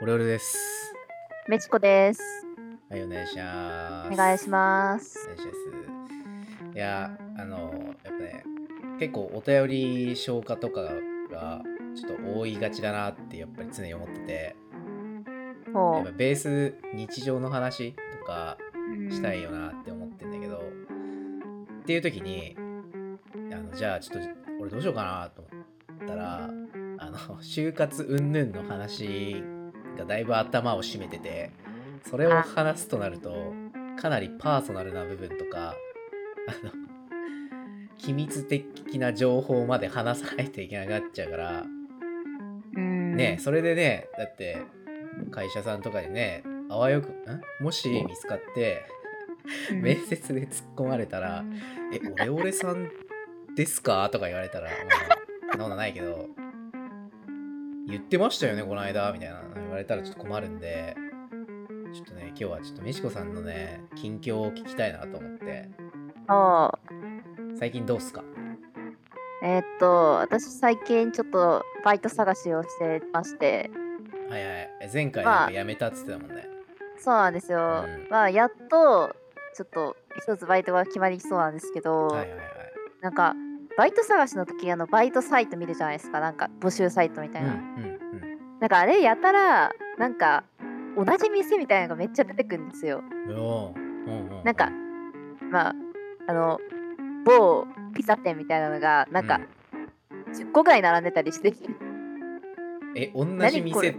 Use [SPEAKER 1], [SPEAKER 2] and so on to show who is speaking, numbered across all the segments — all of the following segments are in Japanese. [SPEAKER 1] オレオレです。
[SPEAKER 2] メチコです。
[SPEAKER 1] はい、お願いしま
[SPEAKER 2] お
[SPEAKER 1] す。
[SPEAKER 2] 願いし
[SPEAKER 1] お
[SPEAKER 2] ます。
[SPEAKER 1] 願いします。いや、あの、やっぱね、結構お便り消化とかがちょっと多いがちだなってやっぱり常に思ってて、や
[SPEAKER 2] も
[SPEAKER 1] っぱベース日常の話とか
[SPEAKER 2] う
[SPEAKER 1] したいよなって思ってんだけど、っていう時にあのじゃあちょっと俺どうしようかなと思ったらあの就活云々の話がだいぶ頭を占めててそれを話すとなるとかなりパーソナルな部分とかあの機密的な情報まで話さないといけなくなっちゃうから。
[SPEAKER 2] うん。
[SPEAKER 1] ねそれでねだって会社さんとかでねあわよくんもし見つかって
[SPEAKER 2] うん
[SPEAKER 1] 面接で突っ込まれたら「えオレオレさんですか?」とか言われたら「まあそんなことないけど言ってましたよねこの間」みたいな言われたらちょっと困るんでちょっとね今日はちょっと美智子さんのね近況を聞きたいなと思って
[SPEAKER 2] そう
[SPEAKER 1] 最近どうっすか
[SPEAKER 2] えーっと、私最近ちょっとバイト探しをしてまして、
[SPEAKER 1] はいはいえ前回なんか辞めたっつってたもんね、
[SPEAKER 2] そうなんですよ。
[SPEAKER 1] うん
[SPEAKER 2] まあ、やっと、ちょっと一つバイトが決まりそうなんですけど、
[SPEAKER 1] はいはいはい
[SPEAKER 2] なんか、バイト探しの時あのバイトサイト見るじゃないですか、なんか募集サイトみた
[SPEAKER 1] う
[SPEAKER 2] い
[SPEAKER 1] ん
[SPEAKER 2] な。
[SPEAKER 1] うんうん
[SPEAKER 2] なんかあれやたら、なんか、同じ店みたいなのがめっちゃ出てくるんですよ。
[SPEAKER 1] おーうんうんうん
[SPEAKER 2] なんかまあ、あの、某ピザ店みたいなのが、なんか、10個ぐらい並んでたりして、
[SPEAKER 1] うんえ同じ
[SPEAKER 2] 何こ
[SPEAKER 1] 店
[SPEAKER 2] れ
[SPEAKER 1] っ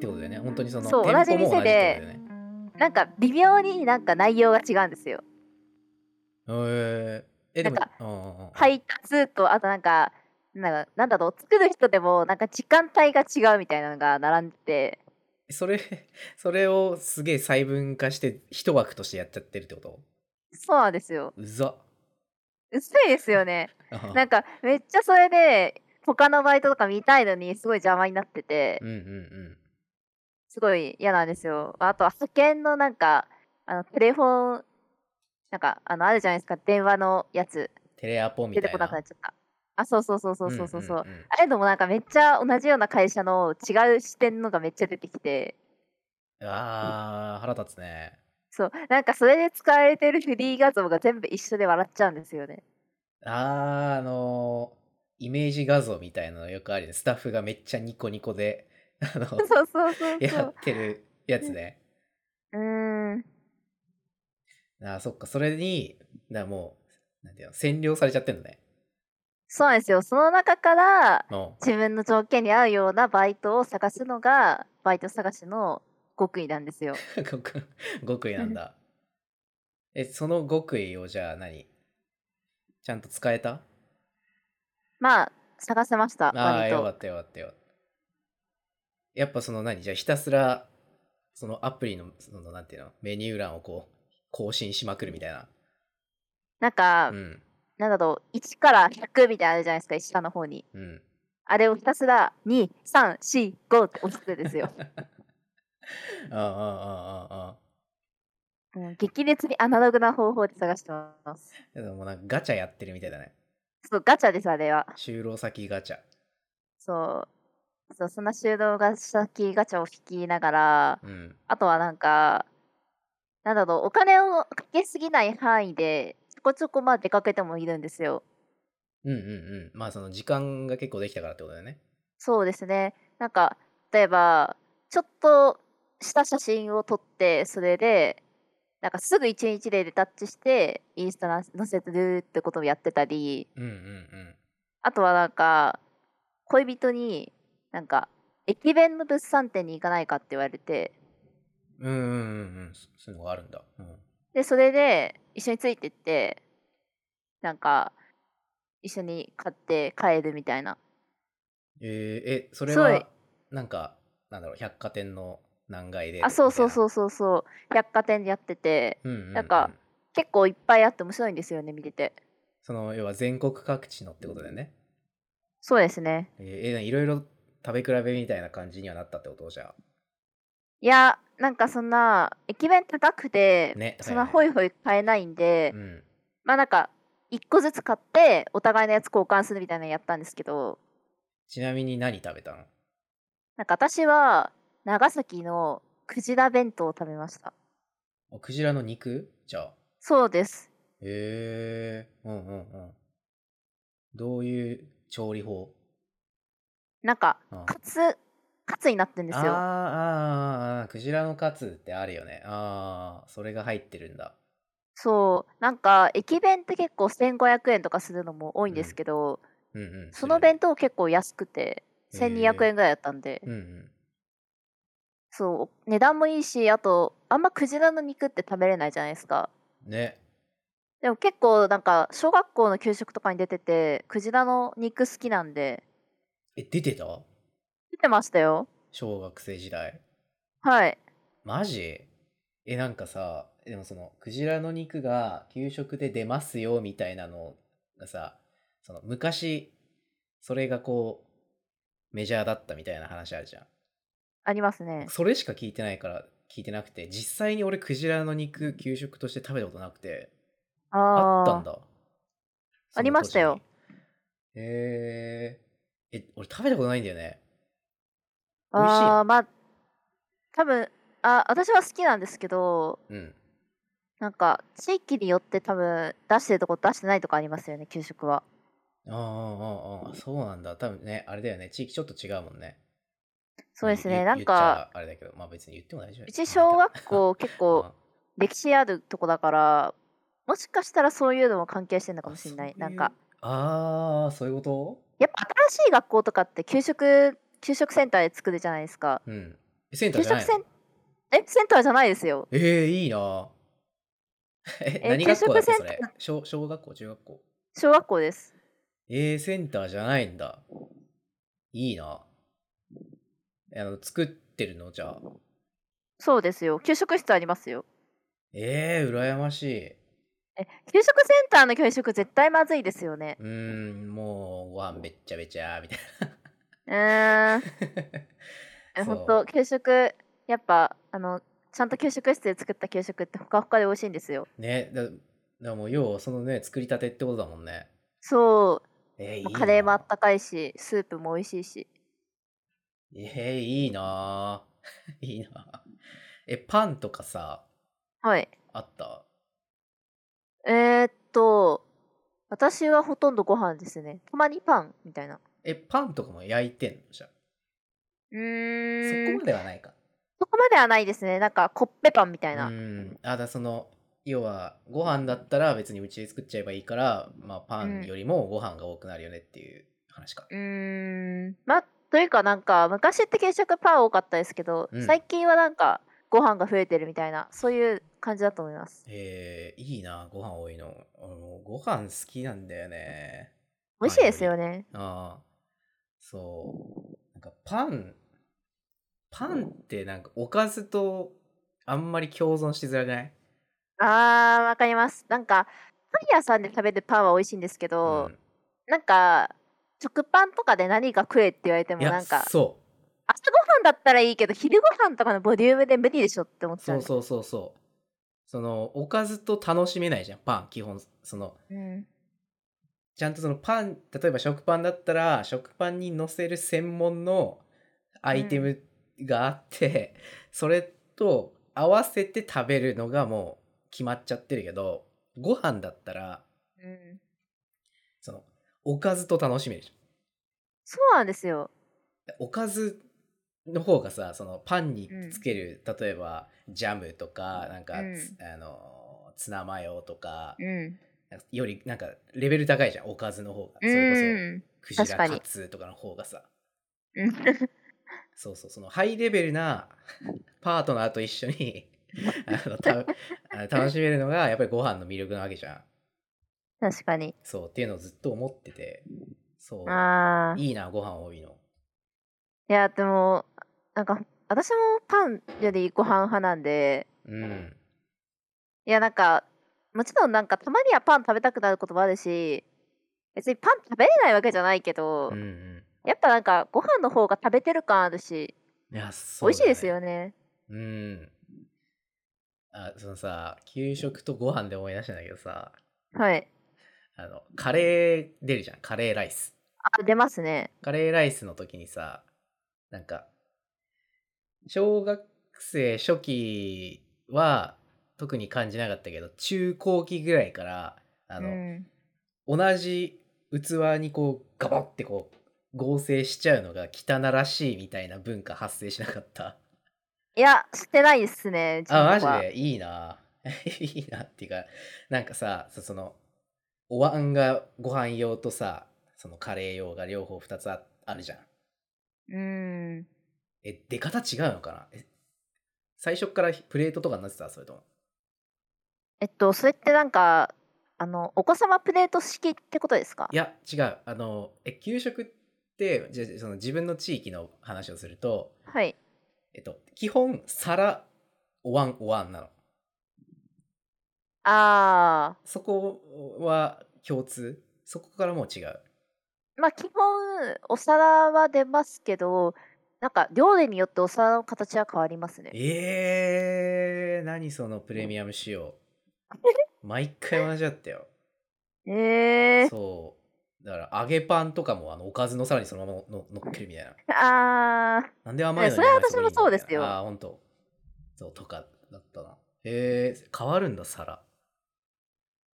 [SPEAKER 1] てことだよね本当にその
[SPEAKER 2] そう
[SPEAKER 1] 店舗も
[SPEAKER 2] 同じ店で
[SPEAKER 1] 同じってこ
[SPEAKER 2] なんか微妙になんか内容が違うんですよ。
[SPEAKER 1] とだよねえー、えでも
[SPEAKER 2] なんか
[SPEAKER 1] うんうんうん
[SPEAKER 2] 配達とあとなんかなんかなんだろう作る人でもなんか時間帯が違うみたいなのが並んでて
[SPEAKER 1] それ それをすげえ細分化して一枠としてやっちゃってるってこと
[SPEAKER 2] そうなんですよ。
[SPEAKER 1] うざ
[SPEAKER 2] 薄いですよね。なん
[SPEAKER 1] か
[SPEAKER 2] かめっちゃそれで他のバイトとか見たいのにすごい邪魔になってて
[SPEAKER 1] うんうんうん
[SPEAKER 2] すごい嫌なんですよ。あとは派遣のなんかあのテレフォンなんかあのあるじゃないですか電話のやつ
[SPEAKER 1] テレアポみた
[SPEAKER 2] 出
[SPEAKER 1] いな
[SPEAKER 2] てこなくなっちゃった。あそうそうそうそうそうそうそう。
[SPEAKER 1] んんん
[SPEAKER 2] あれでもなんかめっちゃ同じような会社の違う視点のがめっちゃ出てきて
[SPEAKER 1] あー腹立つね
[SPEAKER 2] そうなんかそれで使われてるフリー画像が全部一緒で笑っちゃうんですよね
[SPEAKER 1] あーあのーイメージ画像みたいなのよくあるよねスタッフがめっちゃニコニコで あの
[SPEAKER 2] そうそうそうそう
[SPEAKER 1] やってるやつね
[SPEAKER 2] うーん
[SPEAKER 1] あーそっかそれになもうなんていうの占領されちゃってんのね
[SPEAKER 2] そうなんですよその中から
[SPEAKER 1] も
[SPEAKER 2] 自分の条件に合うようなバイトを探すのがバイト探しの極意なんですよ
[SPEAKER 1] う極極意なんだえその極意をじゃあ何ちゃんと使えた
[SPEAKER 2] まあ探せました
[SPEAKER 1] ああ
[SPEAKER 2] 割
[SPEAKER 1] よか
[SPEAKER 2] と
[SPEAKER 1] ったよかったよかったやっぱその何じゃあひたすらそのアプリのそのなんていうのメニュー欄をこう更新しまくるみたいな
[SPEAKER 2] なんか、
[SPEAKER 1] うん
[SPEAKER 2] なんだろう1から100みたいなのあるじゃないですか下の方に
[SPEAKER 1] うん
[SPEAKER 2] あれをひたすら2345って押すんですよ
[SPEAKER 1] ああああああ
[SPEAKER 2] うん激烈にアナログな方法で探してます。
[SPEAKER 1] でもなんかガチャやってるみたいだね
[SPEAKER 2] そう、ガチャです、あれは。
[SPEAKER 1] 就労先ガチャ
[SPEAKER 2] そう。そう、そんな修道が先ガチャを引きながら、
[SPEAKER 1] うん
[SPEAKER 2] あとはなんか、なんだろう、お金をかけすぎない範囲で、ちょこちょこまあ出かけてもいるんですよ。
[SPEAKER 1] うんうんうんまあその時間が結構できたからってことだよね
[SPEAKER 2] そうですね。なんか、例えば、ちょっとした写真を撮って、それで、なんかすぐ一日でリタッチして、インスタに載せてるってことをやってたり、
[SPEAKER 1] うんうんうん
[SPEAKER 2] あとはなんか恋人になんか駅弁の物産展に行かないかって言われて
[SPEAKER 1] うんうんうんうんそそういうのがあるんだうん
[SPEAKER 2] でそれで一緒についてってなんか一緒に買って帰るみたいな
[SPEAKER 1] えー、えそれ
[SPEAKER 2] すごい
[SPEAKER 1] はなんかなんだろう百貨店の何階で
[SPEAKER 2] あそうそうそううそうそう百貨店でやってて
[SPEAKER 1] うんうんうん、
[SPEAKER 2] なんか結構いっぱいあって面白いんですよね見てて
[SPEAKER 1] その要は全国各地のってことだよね
[SPEAKER 2] そうですね
[SPEAKER 1] えーえーいろいろ食べ比べみたいな感じにはなったってことじゃ
[SPEAKER 2] いやなんかそんな駅弁高くて、
[SPEAKER 1] ね高い
[SPEAKER 2] そ
[SPEAKER 1] よね
[SPEAKER 2] んなホイホイ買えないん
[SPEAKER 1] あ
[SPEAKER 2] で、
[SPEAKER 1] うん
[SPEAKER 2] まあなんか1個ずつ買ってお互いのやつ交換するみたいなのやったんですけど
[SPEAKER 1] ちなみに何食べたの
[SPEAKER 2] なんか私は長崎のクジラ弁当を食べました。
[SPEAKER 1] あクジラの肉じゃあ。
[SPEAKER 2] そうです。
[SPEAKER 1] へえ。うんうんうん。どういう調理法
[SPEAKER 2] なんか
[SPEAKER 1] あ
[SPEAKER 2] カツカツになってんです
[SPEAKER 1] あー
[SPEAKER 2] よ。
[SPEAKER 1] あーあークジラのカツってあるよね。ああ、それが入ってるんだ。
[SPEAKER 2] そうなんか駅弁って結構1500円とかするのも多いんですけど、
[SPEAKER 1] うんうん。
[SPEAKER 2] その弁当結構安くて
[SPEAKER 1] へー
[SPEAKER 2] 1200円ぐらいだったんで、
[SPEAKER 1] 当。うんうん。
[SPEAKER 2] そう値段もいいしあとあんまクジラの肉って食べれないじゃないですか
[SPEAKER 1] ね。
[SPEAKER 2] でも結構なんか小学校の給食とかに出ててクジラの肉好きなんで
[SPEAKER 1] え、出てた
[SPEAKER 2] 出てましたよ
[SPEAKER 1] 小学生時代。
[SPEAKER 2] はい
[SPEAKER 1] マジえ、なんかさ、でもその、クジラの肉が給食で出ますよみたいなのがさ、その昔、それがこう、メジャーだったみたいな話あるじゃん。
[SPEAKER 2] ありますね
[SPEAKER 1] それしか聞いてないから聞いてなくて、実際に俺クジラの肉給食として食べたことなくて、
[SPEAKER 2] あ
[SPEAKER 1] あ
[SPEAKER 2] あ
[SPEAKER 1] ったんだ。
[SPEAKER 2] ありましたよ
[SPEAKER 1] その当時に。へえー。え、俺食べたことないんだよね。美味しいの
[SPEAKER 2] あーまあ多分あ私は好きなんですけど
[SPEAKER 1] うん。
[SPEAKER 2] なんか地域によって多分出してるとこ出してないとこありますよね給食は
[SPEAKER 1] ああ、ああ、ああ、そうなんだ。多分ね、あれだよね。地域ちょっと違うもんね。
[SPEAKER 2] そうです
[SPEAKER 1] まあ
[SPEAKER 2] ね
[SPEAKER 1] ゆ
[SPEAKER 2] なん
[SPEAKER 1] 言っち
[SPEAKER 2] か、
[SPEAKER 1] ゃあれだけど、まあ別に言っても大丈夫。
[SPEAKER 2] うち小 学校結構
[SPEAKER 1] あ
[SPEAKER 2] 歴史あるとこだからもしかしたらそういうのも関係してるのかもしれない
[SPEAKER 1] あ
[SPEAKER 2] なんか。
[SPEAKER 1] そういうああ、そういうこ
[SPEAKER 2] やっぱ新しい学校とかって給食給食センターで作るじゃないですか
[SPEAKER 1] とうん。えセンター
[SPEAKER 2] 給
[SPEAKER 1] じゃ
[SPEAKER 2] 食
[SPEAKER 1] ない
[SPEAKER 2] セン
[SPEAKER 1] の
[SPEAKER 2] えセンターじゃないですよ
[SPEAKER 1] ええいいな。え、
[SPEAKER 2] え
[SPEAKER 1] 何学校だっけ
[SPEAKER 2] 給食
[SPEAKER 1] それ
[SPEAKER 2] セン
[SPEAKER 1] 小小学校、中学校。
[SPEAKER 2] 小学校です
[SPEAKER 1] えー、センターじゃないんだ。いいな。えあの、作ってるのじゃあ。
[SPEAKER 2] そうですよ給食室ありますよ
[SPEAKER 1] えー、羨ましい。
[SPEAKER 2] え給食センターの給食絶対まずいですよね
[SPEAKER 1] うーん、もう、ご飯べっちゃべちゃ、みたいう
[SPEAKER 2] ーん
[SPEAKER 1] な。
[SPEAKER 2] 本
[SPEAKER 1] そ
[SPEAKER 2] 当
[SPEAKER 1] う
[SPEAKER 2] 給食やっぱあのちゃんと給食室で作った給食ってほかほかで美味しいんですよ
[SPEAKER 1] ね、だ、だもう、要はそのね、作りたてってことだもんね。
[SPEAKER 2] そ
[SPEAKER 1] えー、いうい
[SPEAKER 2] ま
[SPEAKER 1] な。
[SPEAKER 2] あカレーもあったかいしスープも美味しいし
[SPEAKER 1] えー、いいな。 いいな。え、パンとかさ、
[SPEAKER 2] はい
[SPEAKER 1] あった
[SPEAKER 2] えー、っと私はほとんどご飯ですねたまにパンみたいな
[SPEAKER 1] え、パンとかも焼いてんのじゃあ。
[SPEAKER 2] う
[SPEAKER 1] そ
[SPEAKER 2] ー
[SPEAKER 1] こ
[SPEAKER 2] ん
[SPEAKER 1] まではないか。
[SPEAKER 2] そこまではないですねなんかコッペパンみたいな、
[SPEAKER 1] うんあだその要はご飯だったら別にうちで作っちゃえばいいから、まあ、パンよりもご飯が多くなるよねっていう話か、
[SPEAKER 2] うーんまあというかなんか昔って給食パン多かったですけど、
[SPEAKER 1] うん
[SPEAKER 2] 最近はなんかご飯が増えてるみたいなそういう感じだと思います
[SPEAKER 1] えー、いいなご飯多いのあのご飯好きなんだよね
[SPEAKER 2] 美味しいですよね
[SPEAKER 1] ああそうなんかパンパンってなんかおかずとあんまり共存しづらくない、
[SPEAKER 2] あーわかりますなんかパン屋さんで食べるパンは美味しいんですけ
[SPEAKER 1] う
[SPEAKER 2] ど、
[SPEAKER 1] ん
[SPEAKER 2] なんか食パンとかで何が食えって言われても
[SPEAKER 1] いや
[SPEAKER 2] なんか
[SPEAKER 1] そう
[SPEAKER 2] 朝ごはんだったらいいけど昼ご飯とかのボリュームで無理でしょって思っちゃ
[SPEAKER 1] そううそうそうそうそのおかずと楽しめないじゃんパン基本その
[SPEAKER 2] う、うん、
[SPEAKER 1] ちゃんとそのパン例えば食パンだったら食パンに乗せる専門のアイテムがあって、 それと合わせて食べるのがもう決まっちゃってるけどご飯だったら
[SPEAKER 2] うん、
[SPEAKER 1] そのおかずと楽しめるじ
[SPEAKER 2] そうなんですよ
[SPEAKER 1] ゃんおかずの方がさそのパンにつける、例えばジャムとかなんか、
[SPEAKER 2] うん
[SPEAKER 1] つあのツナマヨとか、
[SPEAKER 2] うん
[SPEAKER 1] よりなんかレベル高いじゃんおかずの方がそれこ
[SPEAKER 2] うん
[SPEAKER 1] そクジラ
[SPEAKER 2] 確か
[SPEAKER 1] カ
[SPEAKER 2] に
[SPEAKER 1] ツとかの方がさ
[SPEAKER 2] うん
[SPEAKER 1] そうそうそのハイレベルなパートナーと一緒にあのたあの楽しめるのがやっぱりご飯の魅力なわけじゃん
[SPEAKER 2] 確かに
[SPEAKER 1] そうっていうのをずっと思っててそう
[SPEAKER 2] あーい
[SPEAKER 1] いいなご飯多いの
[SPEAKER 2] やでもなんか私もパンよりご飯派なんで
[SPEAKER 1] うん
[SPEAKER 2] いやなんかもちろんなんかたまにはパン食べたくなることもあるし別にパン食べれないわけじゃないけど、
[SPEAKER 1] うんうん
[SPEAKER 2] やっぱなんかご飯の方が食べてる感あるし、
[SPEAKER 1] いやそう
[SPEAKER 2] 美味しい
[SPEAKER 1] だ
[SPEAKER 2] ですよね
[SPEAKER 1] うんあそのさ給食とご飯で思い出したんだけどさ
[SPEAKER 2] はい
[SPEAKER 1] あのカレー出るじゃんカレーライス
[SPEAKER 2] あ出ますね。
[SPEAKER 1] カレーライスの時にさなんか小学生初期は特に感じなかったけど中高期ぐらいからあの、
[SPEAKER 2] うん、
[SPEAKER 1] 同じ器にこうガバッてこう合成しちゃうのが汚らしいみたいな文化発生しなかった
[SPEAKER 2] いやしてないですね。
[SPEAKER 1] あマ
[SPEAKER 2] うちの子は
[SPEAKER 1] ジでいいな いいなっていうかなんかさそそのお椀がご飯用とさそのカレー用が両方2つああるじゃん
[SPEAKER 2] うん。
[SPEAKER 1] え出方違うのかなえ最初っからプレートとかになってたそれとも
[SPEAKER 2] えっとそれってなんかあのお子様プレート式ってことですか
[SPEAKER 1] いや違うあのえ給食ってじゃじゃその自分の地域の話をすると
[SPEAKER 2] はい。
[SPEAKER 1] えっと基本皿お椀お椀なの
[SPEAKER 2] あ
[SPEAKER 1] そこは共通そこからもう違う
[SPEAKER 2] ーまあ基本お皿は出ますけどなんか料理によってお皿の形は変わりますね。
[SPEAKER 1] えー、何そのプレミアム仕様毎回同じだったよ
[SPEAKER 2] えー、
[SPEAKER 1] そうだから揚げパンとかもあのおかずの皿にそのままののっけるみたいな
[SPEAKER 2] あー
[SPEAKER 1] なんで甘いのに
[SPEAKER 2] えそれは
[SPEAKER 1] なんかごい
[SPEAKER 2] 私もそうですよ
[SPEAKER 1] みたいなああ、本当。そう、とかだったな。へえ変わるんだ、皿。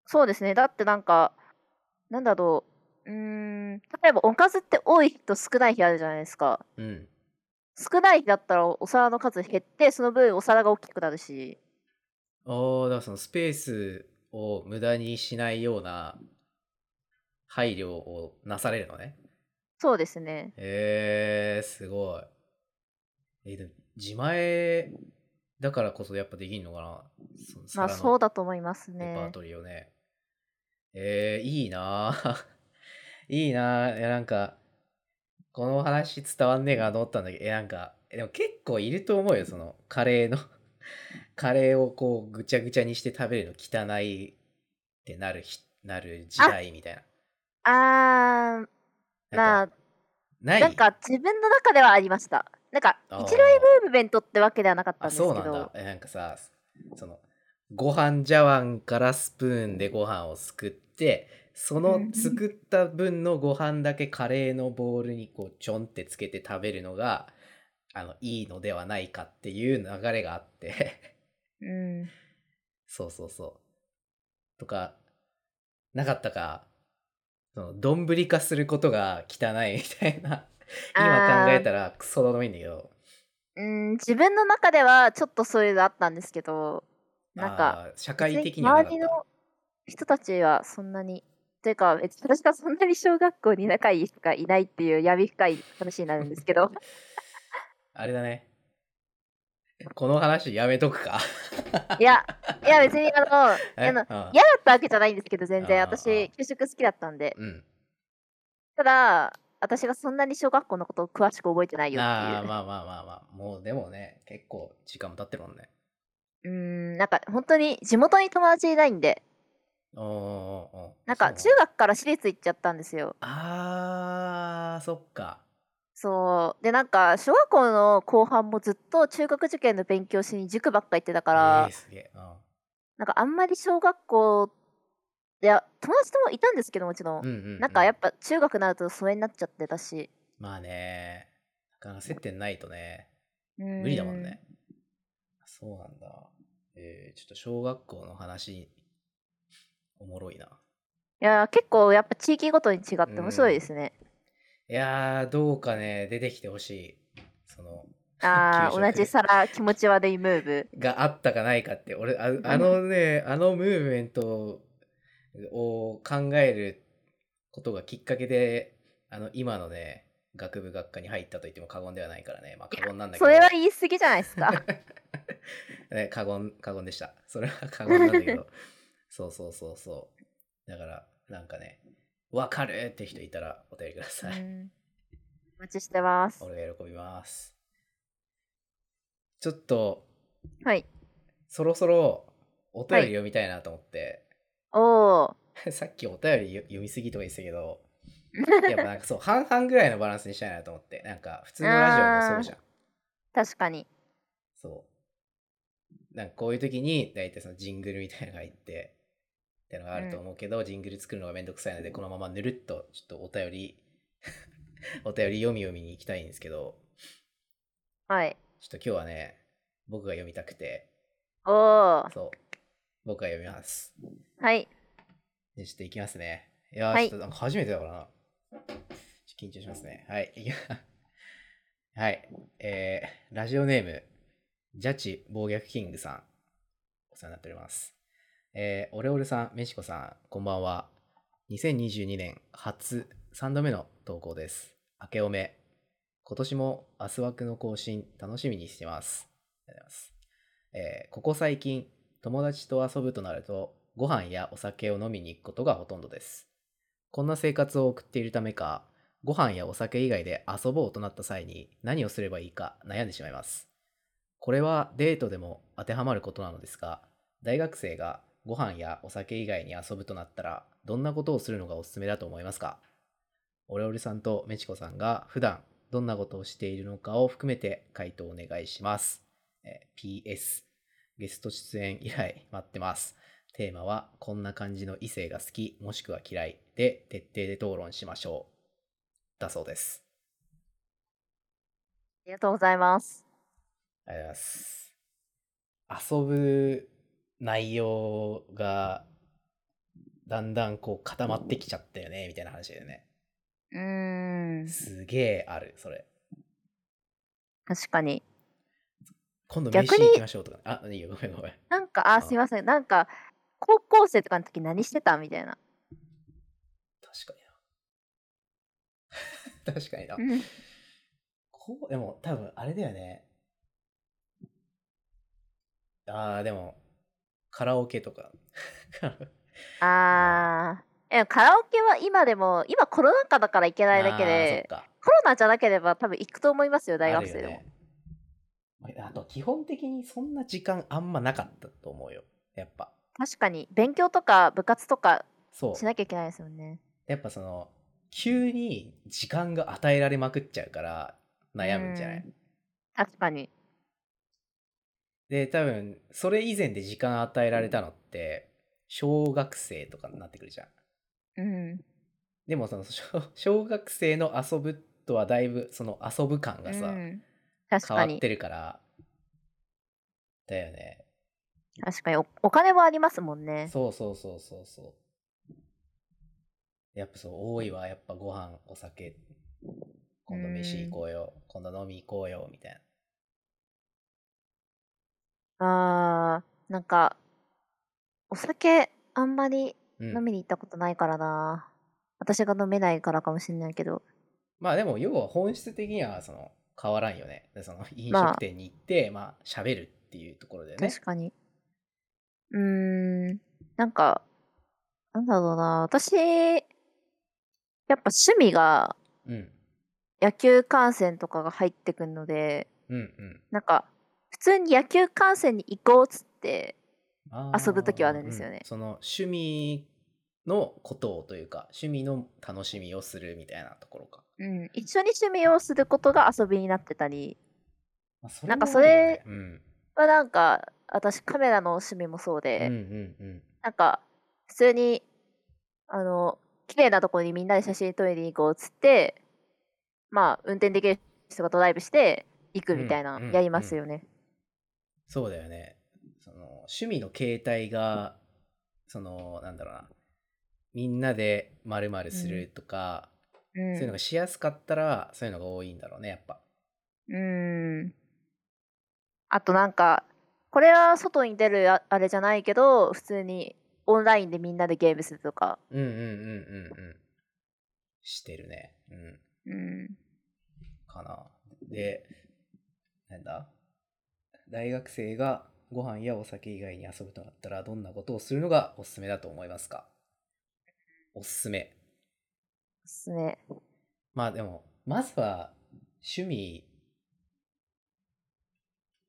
[SPEAKER 2] そうですねだってなんかなんだろううーん例えばおかずって多い日と少ない日あるじゃないですか。
[SPEAKER 1] うん。
[SPEAKER 2] 少ない日だったらお皿の数減ってその分お皿が大きくなるし
[SPEAKER 1] おー、だからそのスペースを無駄にしないような配慮をなされるのね。
[SPEAKER 2] そうですね
[SPEAKER 1] へえすごい。えでも自前だからこそやっぱできんのかなその
[SPEAKER 2] ま
[SPEAKER 1] 皿
[SPEAKER 2] あそう
[SPEAKER 1] の
[SPEAKER 2] だと思います
[SPEAKER 1] レパー
[SPEAKER 2] ね
[SPEAKER 1] トリーをね。えー、いいな あいいなあいやなんか、この話伝わんねえかなと思ったんだけど、え、なんか、えでも結構いると思うよ、その、カレーの、 カレーをこう、ぐちゃぐちゃにして食べるの汚いってなるひ、なる時代みたいな。
[SPEAKER 2] あーま
[SPEAKER 1] なん
[SPEAKER 2] あ
[SPEAKER 1] か、ない
[SPEAKER 2] なんか自分の中ではありましたなんか
[SPEAKER 1] あー
[SPEAKER 2] 一類ムーブメントってわけではなかったん
[SPEAKER 1] あ、
[SPEAKER 2] ですけ
[SPEAKER 1] そうなんだ
[SPEAKER 2] ど。
[SPEAKER 1] え、なんかさ、その、ご飯茶碗からスプーンでご飯をすくって、その
[SPEAKER 2] うん
[SPEAKER 1] 作った分のご飯だけカレーのボウルにこう、ちょんってつけて食べるのが、あの、いいのではないかっていう流れがあって、
[SPEAKER 2] うん
[SPEAKER 1] そうそうそう。とか、なかったか、その、丼化することが汚いみたいな、今考えたらクソどうでもいいんだけど、
[SPEAKER 2] うん自分の中ではちょっとそういうのあったんですけどなんか
[SPEAKER 1] あー社
[SPEAKER 2] 別
[SPEAKER 1] 会
[SPEAKER 2] に
[SPEAKER 1] 的にはなか
[SPEAKER 2] 周
[SPEAKER 1] っ
[SPEAKER 2] り
[SPEAKER 1] た。
[SPEAKER 2] の人たちはそんなにというか別に私がそんなに小学校に仲いい人がいないっていう闇深い話になるんです けど
[SPEAKER 1] あれだね。この話やめとくか。
[SPEAKER 2] いやいや別にあの
[SPEAKER 1] え
[SPEAKER 2] あの
[SPEAKER 1] うん
[SPEAKER 2] 嫌だったわけじゃないんですけど全然
[SPEAKER 1] あーあ
[SPEAKER 2] 私
[SPEAKER 1] ー
[SPEAKER 2] 給食好きだったんで
[SPEAKER 1] うん。
[SPEAKER 2] ただ私がそんなに小学校のことを詳しく覚えてないよってい
[SPEAKER 1] ああ、、
[SPEAKER 2] う
[SPEAKER 1] まあまあまあまあ。もうでもね、結構時間も経ってるもんね。
[SPEAKER 2] うーんなんか本当に地元に友達いないんで
[SPEAKER 1] おーおーおー
[SPEAKER 2] なんか
[SPEAKER 1] そ
[SPEAKER 2] 中
[SPEAKER 1] う
[SPEAKER 2] 学から私立行っちゃったんですよ
[SPEAKER 1] ああ、そっか。
[SPEAKER 2] そうでなんか小学校の後半もずっと中学受験の勉強しに塾ばっか行ってたから、
[SPEAKER 1] えーすげえ。うん
[SPEAKER 2] なんかあんまり小学校いや友達ともいたんですけどもちろん、
[SPEAKER 1] うんうんうん。
[SPEAKER 2] なんかやっぱ中学になると疎遠になっちゃってたし
[SPEAKER 1] まあね、なかなか接点ないとね、
[SPEAKER 2] 無
[SPEAKER 1] 無理だもんね。そうなんだ。えー、ちょっと小学校の話、おもろいな。
[SPEAKER 2] いや結構やっぱ地域ごとに違って面白いですね、
[SPEAKER 1] いやー、どうかね、出てきてほしい。その、
[SPEAKER 2] あ
[SPEAKER 1] 給
[SPEAKER 2] あ
[SPEAKER 1] 食
[SPEAKER 2] 同じ皿気持ち悪いムーブ
[SPEAKER 1] があったかないかって俺ああのねあのムーブメントを考えることがきっかけであの今のね学部学科に入ったと言っても過言ではないからねまあ過言なんだけど
[SPEAKER 2] それは言い過ぎじゃないで すか
[SPEAKER 1] ね、過言過言でしたそれは過言なんだ けどそうそうそうそうだからなんかねわかるって人いたらお便りくだ
[SPEAKER 2] う
[SPEAKER 1] さい、
[SPEAKER 2] んお待ちしてます
[SPEAKER 1] 俺が喜びますちょっと
[SPEAKER 2] はい
[SPEAKER 1] そろそろお便り読みたいなと思って、
[SPEAKER 2] おお
[SPEAKER 1] さっきお便りよ読みすぎとか言ってたけどやっぱなんかそう半々ぐらいのバランスにしたいなと思ってなんか普通のラジオもそうじゃん
[SPEAKER 2] 確かに
[SPEAKER 1] そうなんかこういう時に大体そのジングルみたいなのが入ってってのがあると思うけど、ジングル作るのがめんどくさいのでこのままぬるっとちょっとお便り お便り読み読みに行きたいんですけど、
[SPEAKER 2] はい。
[SPEAKER 1] ちょっと今日はね、僕が読みたくて、
[SPEAKER 2] おー。
[SPEAKER 1] そう、僕が読みます。
[SPEAKER 2] はい。
[SPEAKER 1] でちょっと行きますね。いやー、
[SPEAKER 2] はい
[SPEAKER 1] ちょっとなんか初めてだからな。ちょっと緊張しますね。はい。いきま はい。えー、ラジオネーム、ジャチ暴虐キングさん。お世話になっております。えー、オレオレさん、メシコさん、こんばんは。2022年初3度目の投稿です。明けおめ。今年も明日枠の更新楽しみにしてます。ありがとうございます。えーここ最近、友達と遊ぶとなると、ご飯やお酒を飲みに行くことがほとんどです。こんな生活を送っているためか、ご飯やお酒以外で遊ぼうとなった際に何をすればいいか悩んでしまいます。これはデートでも当てはまることなのですが、大学生がご飯やお酒以外に遊ぶとなったら、どんなことをするのがおすすめだと思いますかオレオレさんとメチコさんが普段どんなことをしているのかを含めて回答お願いします。えー PS、ゲスト出演以来待ってます。テーマはこんな感じの異性が好きもしくは嫌いで徹底で討論しましょう。だそうです。
[SPEAKER 2] ありがとうございます。
[SPEAKER 1] ありがとうございます。遊ぶ内容がだんだんこう固まってきちゃったよねみたいな話だよね。
[SPEAKER 2] うーん。
[SPEAKER 1] すげえある、それ。
[SPEAKER 2] 確かに。
[SPEAKER 1] 今度飯
[SPEAKER 2] 逆に
[SPEAKER 1] 行きましょうとか、あ、いいよ、ごめんごめん。
[SPEAKER 2] なんか、あ
[SPEAKER 1] あ
[SPEAKER 2] ー、すいません。なんか、高校生とかの時何してたみたいな。
[SPEAKER 1] 確かにな。 確かにな。
[SPEAKER 2] うん。
[SPEAKER 1] こう、でも多分あれだよね。ああ、でも、カラオケとか。
[SPEAKER 2] あー。えカラオケは今でも、今コロナ禍だから行けないだけ
[SPEAKER 1] あーそっ
[SPEAKER 2] で、
[SPEAKER 1] か
[SPEAKER 2] コロナじゃなければ多分行くと思いますよ、大学生でも。
[SPEAKER 1] あるよねあと、基本的にそんな時間あんまなかったと思うよ。やっぱ。
[SPEAKER 2] 確かに、勉強とか部活とか
[SPEAKER 1] そう
[SPEAKER 2] し。なきゃいけないですよね。
[SPEAKER 1] やっぱその、急に時間が与えられまくっちゃうから悩むんじゃない、
[SPEAKER 2] う確かに。
[SPEAKER 1] で、多分、それ以前で時間与えられたのって、小学生とかになってくるじゃん。
[SPEAKER 2] うん。
[SPEAKER 1] でもその小 小学生の遊ぶとはだいぶその遊ぶ感がさ、
[SPEAKER 2] うん確
[SPEAKER 1] 変
[SPEAKER 2] か
[SPEAKER 1] わ
[SPEAKER 2] に
[SPEAKER 1] っ。てるからだよね
[SPEAKER 2] 確かにおお金もありますもんね。
[SPEAKER 1] そうそうそうそうそうやっぱそう多いわやっぱご飯お酒今度飯行こうよ今度飲み行こうよみたいな
[SPEAKER 2] あーなんかお酒あんまり
[SPEAKER 1] うん
[SPEAKER 2] 飲みに行ったことないからな、私が飲めないからかもしれないけど
[SPEAKER 1] まあでも要は本質的にはその変わらんよねでその飲
[SPEAKER 2] まあ
[SPEAKER 1] 食店に行ってまあ喋るっていうところでね
[SPEAKER 2] 確かにうーんなんかなんだろうな私やっぱ趣味が
[SPEAKER 1] うん
[SPEAKER 2] 野球観戦とかが入ってくるので
[SPEAKER 1] うんうん
[SPEAKER 2] なんか普通に野球観戦に行こうっつって
[SPEAKER 1] あー
[SPEAKER 2] 遊ぶ時はあるんですよね
[SPEAKER 1] その趣味のことをというか趣味の楽しみをするみたいなところか、
[SPEAKER 2] うん、一緒に趣味をすることが遊びになってたり
[SPEAKER 1] まあそ
[SPEAKER 2] なんか
[SPEAKER 1] もいいよねうん、
[SPEAKER 2] まあなんか私カメラの趣味もそうで、
[SPEAKER 1] うんうんうん
[SPEAKER 2] なんか普通にあの綺麗なところにみんなで写真撮りに行こうっつってまあ運転できる人がドライブして行くみたいな、
[SPEAKER 1] うんうん
[SPEAKER 2] やりますよね、
[SPEAKER 1] そうだよねその趣味の形態がそのなんだろうなみんなで〇〇するとか、
[SPEAKER 2] うん
[SPEAKER 1] そういうのがしやすかったらそういうのが多いんだろうねやっぱ
[SPEAKER 2] うんあとなんかこれは外に出るああれじゃないけど普通にオンラインでみんなでゲームするとか、
[SPEAKER 1] うんうんうんうんうんしてるねうん
[SPEAKER 2] うん、
[SPEAKER 1] かな。で、なんだ大学生がご飯やお酒以外に遊ぶとなったらどんなことをするのがおすすめだと思いますかおすすめ。
[SPEAKER 2] おすすめ
[SPEAKER 1] まあでも、まずは趣味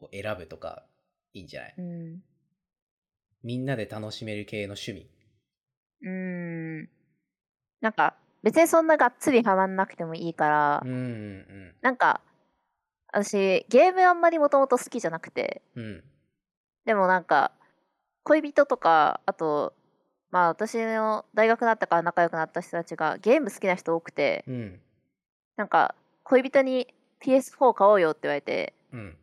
[SPEAKER 1] を選ぶとかいいんじゃない
[SPEAKER 2] うん
[SPEAKER 1] みんなで楽しめる系の趣味。
[SPEAKER 2] うんなんか別にそんながっつりハマんなくてもいいから、
[SPEAKER 1] うんうん
[SPEAKER 2] なんか、私、ゲームあんまりもともと好きじゃなくて、
[SPEAKER 1] うん。うん。
[SPEAKER 2] でもなんか、恋人とか、あと、まあ私の大学だったから仲良くなった人たちがゲーム好きな人多くて、
[SPEAKER 1] うん。
[SPEAKER 2] なんか恋人に PS4 買おうよって言われて
[SPEAKER 1] うん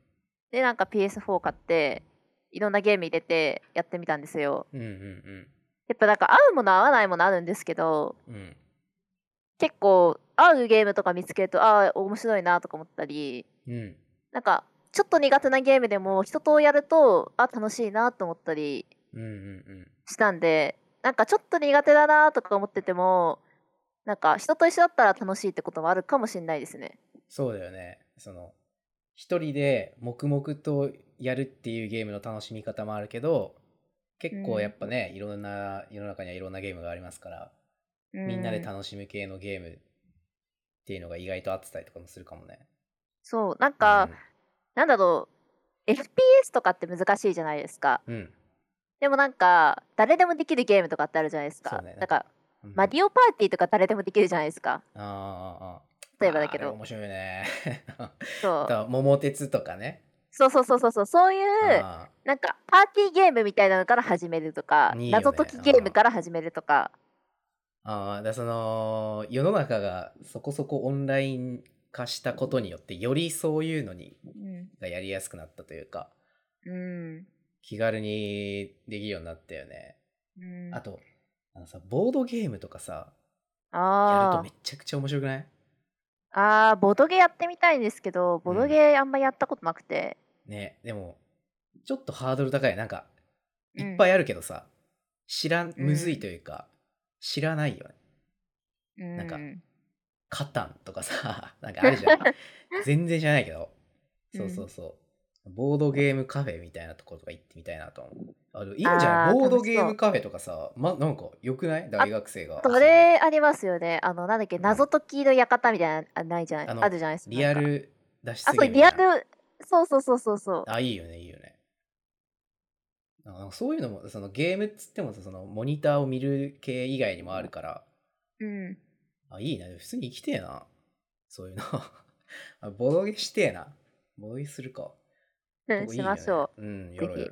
[SPEAKER 2] でなんか PS4 買っていろんなゲーム入れてやってみたんですよ
[SPEAKER 1] うんうん
[SPEAKER 2] やっぱなんか合うもの合わないものあるんですけど
[SPEAKER 1] うんうん
[SPEAKER 2] 結構合うゲームとか見つけるとああ面白いなとか思ったり
[SPEAKER 1] うん
[SPEAKER 2] なんかちょっと苦手なゲームでも人とやるとあ楽しいなと思ったり
[SPEAKER 1] うんうん
[SPEAKER 2] したんでなんかちょっと苦手だなとか思っててもなんか人と一緒だったら楽しいってこともあるかもしれないですね
[SPEAKER 1] そうだよねその一人で黙々とやるっていうゲームの楽しみ方もあるけど結構やっぱね、いろんな世の中にはいろんなゲームがありますからみんなで
[SPEAKER 2] う
[SPEAKER 1] 楽しむ系のゲームっていうのが意外と合ってたりとかもするかもね。
[SPEAKER 2] そうなんか、なんだろう FPS とかって難しいじゃないですか
[SPEAKER 1] うん、うん、
[SPEAKER 2] でもなんか誰でもできるゲームとかってあるじゃないです
[SPEAKER 1] そ
[SPEAKER 2] か、
[SPEAKER 1] うね
[SPEAKER 2] なんか
[SPEAKER 1] うん
[SPEAKER 2] マリオパーティーとか誰でもできるじゃないですか
[SPEAKER 1] あーあーあー
[SPEAKER 2] 例えばだけ
[SPEAKER 1] あーあれ
[SPEAKER 2] ど
[SPEAKER 1] 面白いよね。
[SPEAKER 2] そ
[SPEAKER 1] あ
[SPEAKER 2] う
[SPEAKER 1] とは桃鉄とかね。
[SPEAKER 2] そうそうそうそうそうそういう
[SPEAKER 1] あ
[SPEAKER 2] なんかパーティーゲームみたいなのから始めるとか
[SPEAKER 1] いいよね
[SPEAKER 2] 謎解きゲームから始めるとか
[SPEAKER 1] ーあーだからその世の中がそこそこオンライン化したことによってよりそういうのに
[SPEAKER 2] うん、
[SPEAKER 1] がやりやすくなったというか
[SPEAKER 2] うん
[SPEAKER 1] 気軽にできるようになったよね。
[SPEAKER 2] うん、
[SPEAKER 1] あとあのさボードゲームとかさやると
[SPEAKER 2] あ
[SPEAKER 1] めちゃくちゃ面白くない
[SPEAKER 2] ーあーボドゲやってみたいんですけどボドゲあんまやったことなくて、
[SPEAKER 1] ねでもちょっとハードル高いなんか
[SPEAKER 2] う
[SPEAKER 1] い
[SPEAKER 2] ん
[SPEAKER 1] っぱいあるけどさ、知らん
[SPEAKER 2] うん
[SPEAKER 1] むずいというか、知らないよね
[SPEAKER 2] うん
[SPEAKER 1] なんかカタンとかさ なんかあるじゃ ん全然知らないけどそうそうそう、ボードゲームカフェみたいなところとか行ってみたいなと思うあでもいいんじゃ
[SPEAKER 2] あ
[SPEAKER 1] ん
[SPEAKER 2] ー
[SPEAKER 1] ボードゲームカフェとかさ、ま、なんかよくない大学生が
[SPEAKER 2] それありますよねあのなんだっけ謎解きの館みたいなあないじゃな
[SPEAKER 1] あ
[SPEAKER 2] い
[SPEAKER 1] の
[SPEAKER 2] あるじゃないですか
[SPEAKER 1] リア
[SPEAKER 2] なんか
[SPEAKER 1] ル脱
[SPEAKER 2] あ
[SPEAKER 1] 出
[SPEAKER 2] そ
[SPEAKER 1] ゲ
[SPEAKER 2] う
[SPEAKER 1] ーム
[SPEAKER 2] リア
[SPEAKER 1] みたいな
[SPEAKER 2] ルそうそうそうそうそう
[SPEAKER 1] あいいよねいいよねなんかなんかそういうのもそのゲームっつってもさそのモニターを見る系以外にもあるから、
[SPEAKER 2] うん
[SPEAKER 1] あ、いいな。普通に生きてえな。そういうの。 あ、ボドゲしてえな。ボドゲするか。
[SPEAKER 2] うん
[SPEAKER 1] ここいい
[SPEAKER 2] し
[SPEAKER 1] よ
[SPEAKER 2] ま
[SPEAKER 1] ね
[SPEAKER 2] しょ
[SPEAKER 1] うん、
[SPEAKER 2] ぜひ
[SPEAKER 1] よろよ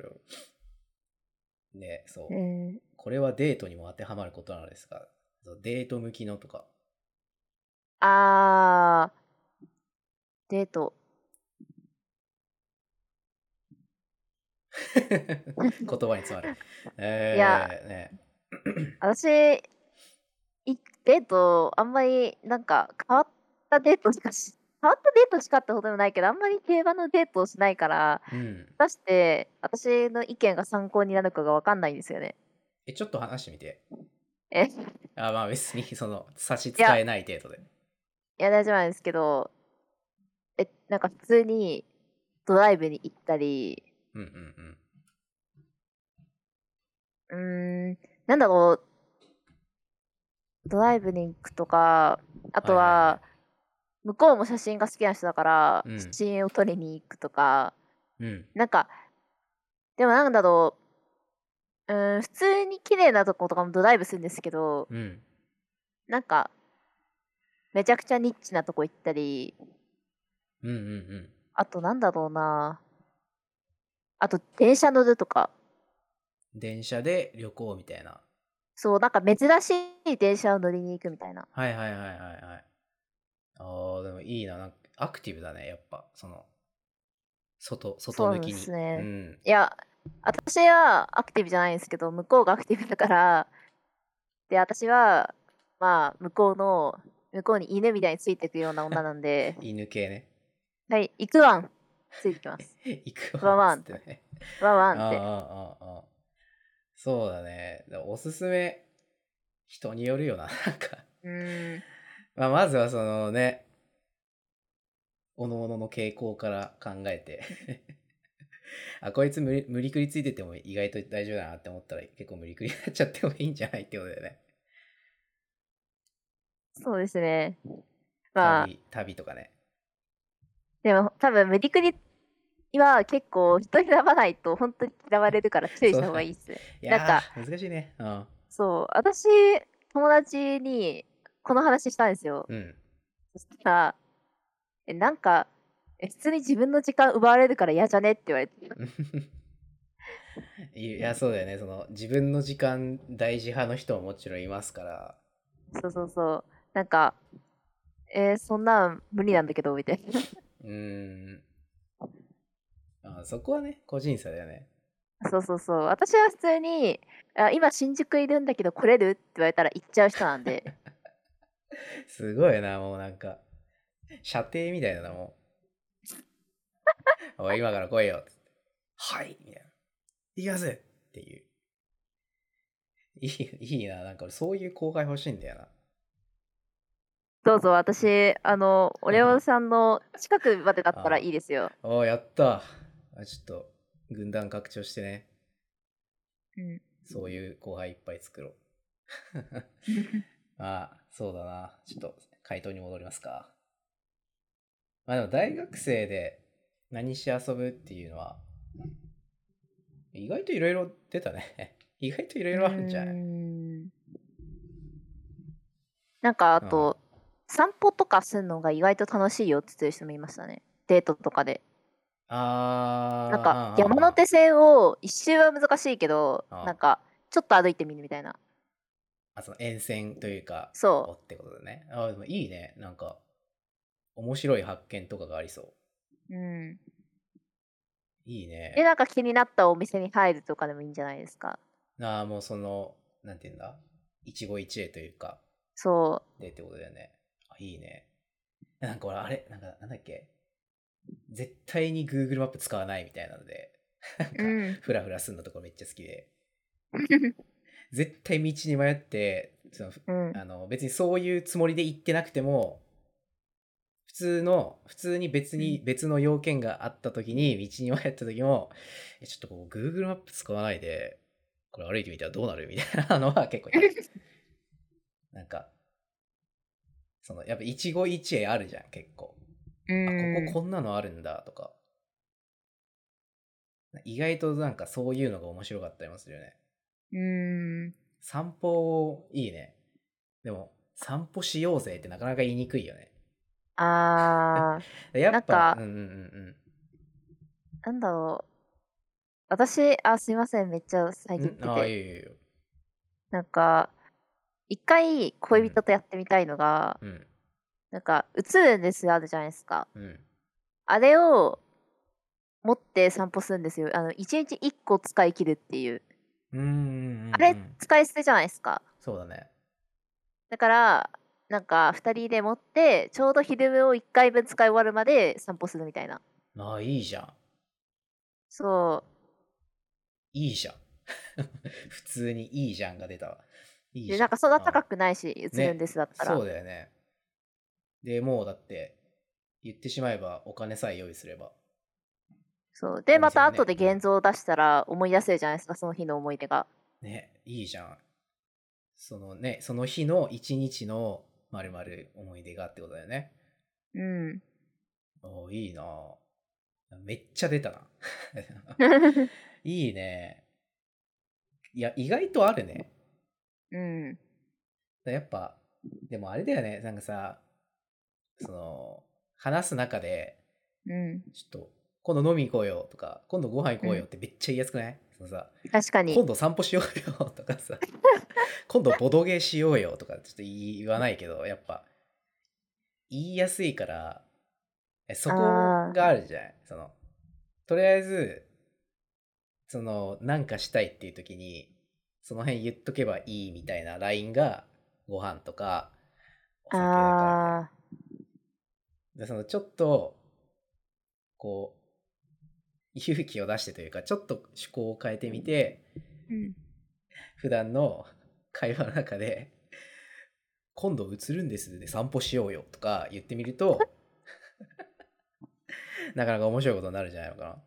[SPEAKER 1] ろ。ね、そう
[SPEAKER 2] う、う。ん、
[SPEAKER 1] これはデートにも当てはまることなのですが、そうデート向きのと か。
[SPEAKER 2] あーデート
[SPEAKER 1] 言葉に詰まる。えー、
[SPEAKER 2] いや
[SPEAKER 1] ね。
[SPEAKER 2] 私いデートあんまりなんか変わったデートしかし 変わったデートしかってほどでもないけどあんまり競馬のデートをしないから
[SPEAKER 1] うん。
[SPEAKER 2] 果たして私の意見が参考になるかが分かんないんですよね。
[SPEAKER 1] え、ちょっと話してみて。
[SPEAKER 2] えい
[SPEAKER 1] あ、まあ別に、 その、差し支えない程度で。
[SPEAKER 2] や大丈夫なんですけどえなんか普通にドライブに行ったり
[SPEAKER 1] うんうん
[SPEAKER 2] うーんなんだろうドライブに行くとかあと
[SPEAKER 1] はいはい
[SPEAKER 2] は
[SPEAKER 1] は
[SPEAKER 2] 向こうも写真が好きな人だから
[SPEAKER 1] うん
[SPEAKER 2] 写真を撮りに行くとか。
[SPEAKER 1] うん。うん。
[SPEAKER 2] なんか、でもなんだろう、うーん、普通に綺麗なとことかもドライブするんですけど、
[SPEAKER 1] うん。
[SPEAKER 2] なんか、めちゃくちゃニッチなとこ行ったり、
[SPEAKER 1] うんうんうん。
[SPEAKER 2] あとなんだろうな、あと電車乗るとか、
[SPEAKER 1] 電車で旅行みたいな。
[SPEAKER 2] そう、なんか珍しい電車を乗りに行くみたいな。
[SPEAKER 1] はいはいはいはいはい。ああ、でもいいな。なんかアクティブだね、やっぱ。その、外、外向きに。
[SPEAKER 2] そうですね
[SPEAKER 1] ん、
[SPEAKER 2] いや、私はアクティブじゃないんですけど、向こうがアクティブだから、で、私は、まあ、向こうの、向こうに犬みたいについていくような女なんで
[SPEAKER 1] 犬系ね。
[SPEAKER 2] はい、行くわんついてきます。
[SPEAKER 1] 行く
[SPEAKER 2] ワン
[SPEAKER 1] わ。
[SPEAKER 2] ワン
[SPEAKER 1] つってね。
[SPEAKER 2] ワン
[SPEAKER 1] あ
[SPEAKER 2] ワ
[SPEAKER 1] あ、あ
[SPEAKER 2] ンって。
[SPEAKER 1] あ、ああ。そうだね。でもおすすめ、人によるよな。なんか、
[SPEAKER 2] うん。
[SPEAKER 1] まあ、まずはそのね、おのおのの傾向から考えて。 あ、こいつ無理無理くりついてても意外と大丈夫だなって思ったら結構無理くりになっちゃってもいいんじゃないってことだよね。
[SPEAKER 2] そうですね。まあ、
[SPEAKER 1] 旅旅とかね。
[SPEAKER 2] でも多分無理くりは結構人選ばないと本当に嫌われるから注意した方がいいですね。
[SPEAKER 1] いやー
[SPEAKER 2] なんか
[SPEAKER 1] 難しいね。うん。
[SPEAKER 2] そう。私、友達にこの話したんですよ。
[SPEAKER 1] うん。
[SPEAKER 2] そしたら、え、なんか、え普通に自分の時間奪われるから嫌じゃねって言われて。
[SPEAKER 1] いや、そうだよね。その、自分の時間大事派の人ももちろんいますから。
[SPEAKER 2] そうそうそう。なんか、えーそんなん無理なんだけどみたいな
[SPEAKER 1] うーんあそこはね個人差だよね
[SPEAKER 2] そうそうそう私は普通にあ今新宿いるんだけど来れるって言われたら行っちゃう人なんで
[SPEAKER 1] すごいなもうなんか射程みたいなのも うおい今から来いよっつってはいみたいな行きますっていういいいいななんか俺そういう後輩欲しいんだよな
[SPEAKER 2] どうぞ私あのオレオさんの近くまでだったら
[SPEAKER 1] あ
[SPEAKER 2] いいですよ、
[SPEAKER 1] ああやったあちょっと軍団拡張してね
[SPEAKER 2] うん、
[SPEAKER 1] そういう後輩いっぱい作ろうああそうだなちょっと回答に戻りますかまあでも大学生で何し遊ぶっていうのは意外といろいろ出たね 意外といろいろあるんじゃな
[SPEAKER 2] う
[SPEAKER 1] い
[SPEAKER 2] んなんかあと、散歩とかするのが意外と楽しいよって言ってる人もいましたねデートとかで
[SPEAKER 1] あー
[SPEAKER 2] なん
[SPEAKER 1] あ
[SPEAKER 2] か
[SPEAKER 1] ー
[SPEAKER 2] 山手線を一周は難しいけど
[SPEAKER 1] あ
[SPEAKER 2] なんかちょっと歩いてみるみたいな
[SPEAKER 1] あその沿線というか
[SPEAKER 2] そう
[SPEAKER 1] ってことだねああでもいいねなんか面白い発見とかがありそう
[SPEAKER 2] う、うん、
[SPEAKER 1] いいね
[SPEAKER 2] でなんか気になったお店に入るとかでもいいんじゃないですか
[SPEAKER 1] ああもうそのなんていうんだ一期一会というか
[SPEAKER 2] そ
[SPEAKER 1] でってことだよね。あ、いいね。なんか俺、あれ、なんか、なんだっけ。絶対に Google マップ使わないみたいなので、 なん
[SPEAKER 2] う、
[SPEAKER 1] か、
[SPEAKER 2] うん、
[SPEAKER 1] フラフラすんのとかめっちゃ好きで。絶対道に迷って、その、
[SPEAKER 2] うん、
[SPEAKER 1] あの、別にそういうつもりで行ってなくても、普通の、普通に別に
[SPEAKER 2] う
[SPEAKER 1] 別の要件があった時に、道に迷った時も、え、ちょっとこう Google マップ使わないで、これ歩いてみたらどうなるみたいなのは結 構やるなんか、その、やっぱ一期一会あるじゃん、結構。あ、
[SPEAKER 2] うん
[SPEAKER 1] こここんなのあるんだとか。意外となんかそういうのが面白かったりもするよね。
[SPEAKER 2] うん
[SPEAKER 1] 散歩いいね。でも、散歩しようぜってなかなか言いにくいよね。
[SPEAKER 2] あー
[SPEAKER 1] やっぱ、
[SPEAKER 2] なんか
[SPEAKER 1] うんうんうん
[SPEAKER 2] なんだろう私あすいませんめっちゃ最
[SPEAKER 1] うんう
[SPEAKER 2] 近言っ
[SPEAKER 1] ん。
[SPEAKER 2] て
[SPEAKER 1] ああ、
[SPEAKER 2] て
[SPEAKER 1] いいよいいよ。
[SPEAKER 2] なんか一回恋人とやってみたいのが、
[SPEAKER 1] うん
[SPEAKER 2] なんか映るんですよあるじゃないですか
[SPEAKER 1] うん。
[SPEAKER 2] あれを持って散歩するんですよあの一日一個使い切るっていう
[SPEAKER 1] うんうんうんうん。
[SPEAKER 2] あれ使い捨てじゃないですか
[SPEAKER 1] そうだね。
[SPEAKER 2] だからなんか2人で持ってちょうど昼分を1回分使い終わるまで散歩するみたいな
[SPEAKER 1] ああ、いいじゃん。
[SPEAKER 2] そ
[SPEAKER 1] いいじゃん。 普通にいいじゃんが出たわ。いうい
[SPEAKER 2] で
[SPEAKER 1] じ
[SPEAKER 2] な
[SPEAKER 1] ゃ
[SPEAKER 2] んかそんな
[SPEAKER 1] う
[SPEAKER 2] 高くないし映るんですだったら、
[SPEAKER 1] そうだよね。でもうだって、言ってしまえばお金さえ用意すれば。
[SPEAKER 2] そう
[SPEAKER 1] お店
[SPEAKER 2] で
[SPEAKER 1] もね
[SPEAKER 2] また後で現像を出したら思い出せるじゃないですかその日の思い出が
[SPEAKER 1] ね、いいじゃん。そのね、その日の一日のまるまる思い出がってことだよね。
[SPEAKER 2] うん
[SPEAKER 1] おーいいなぁめっちゃ出たな。いいね。いや、意外とあるね。
[SPEAKER 2] うん
[SPEAKER 1] やっぱ、でもあれだよね、なんかさ、その、話す中で、
[SPEAKER 2] うん
[SPEAKER 1] ちょっと、今度飲み行こうよとか、今度ご飯行こうよってめっちゃ言いやすくない、そのさ、
[SPEAKER 2] 確かに
[SPEAKER 1] 今度散歩しようよとか さ今度ボドゲしようよとかちょっと言わないけどやっぱ言いやすいからえそこ
[SPEAKER 2] あー
[SPEAKER 1] があるじゃないそのとりあえずそのなんかしたいっていう時にその辺言っとけばいいみたいなラインがご飯とかお酒だから
[SPEAKER 2] あ
[SPEAKER 1] でそのちょっとこう勇気を出してというかちょっと趣向を変えてみて
[SPEAKER 2] ーうん
[SPEAKER 1] 普段の会話の中で「今度映るんです」で散歩しようよとか言ってみる となかなか面白いことになるんじゃないのか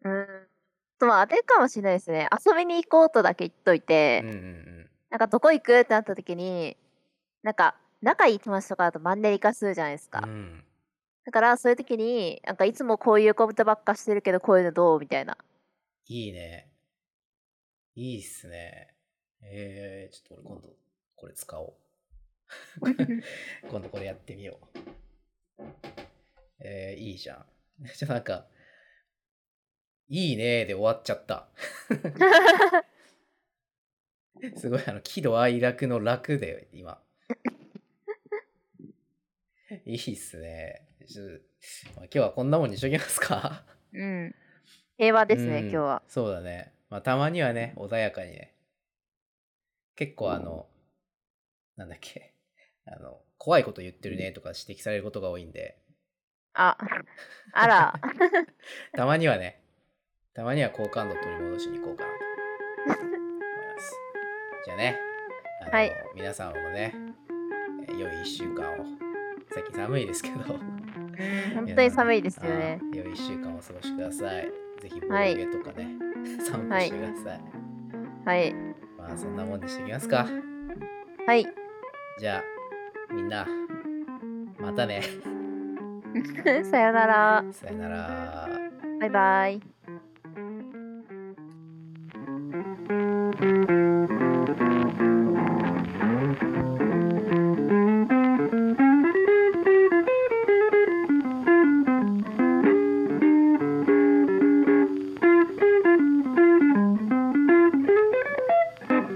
[SPEAKER 1] な。
[SPEAKER 2] うんとまああれかもしれないですね遊びに行こうとだけ言っといて、
[SPEAKER 1] うんうんうん、
[SPEAKER 2] なんかどこ行くってなった時になんか仲いい友達とかだとマンネリ化するじゃないですか、
[SPEAKER 1] うん、
[SPEAKER 2] だからそういう時になんかいつもこういうことばっかしてるけどこういうのどうみた いない
[SPEAKER 1] いね。いいっすね。えー、ちょっと俺今度これ使おう。今度これやってみよう。えー、いいじゃん。 じゃあなんか、いいねーで終わっちゃった。すごい、あの、喜怒哀楽の楽で、今。 いいっすね。ちょまあ今日はこんなもんにしときますか。
[SPEAKER 2] うん。平和 ですね、
[SPEAKER 1] うん
[SPEAKER 2] 今日は。
[SPEAKER 1] そうだね。まあ、たまにはね、穏やかにね。結構あの、なんだっけ、あの、怖いこと言ってるねとか指摘されることが多いんで、
[SPEAKER 2] あ、あら、
[SPEAKER 1] たまにはね、たまには好感度を取り戻しに行こうかなと思います。じゃあね、あの
[SPEAKER 2] はい
[SPEAKER 1] 皆さんもね、えー良い1週間を、最近寒いですけど、
[SPEAKER 2] 本当に寒いですよね。
[SPEAKER 1] 皆さん。あー良い1週間をお過ごしください。ぜひ、防
[SPEAKER 2] はい
[SPEAKER 1] 御とかね、散歩してください。
[SPEAKER 2] はい。
[SPEAKER 1] まあ、そんなもんにしていきますか。
[SPEAKER 2] はい。
[SPEAKER 1] じゃあ、みんな、またね。
[SPEAKER 2] さよなら。
[SPEAKER 1] さよなら。
[SPEAKER 2] バイバイ。
[SPEAKER 3] 「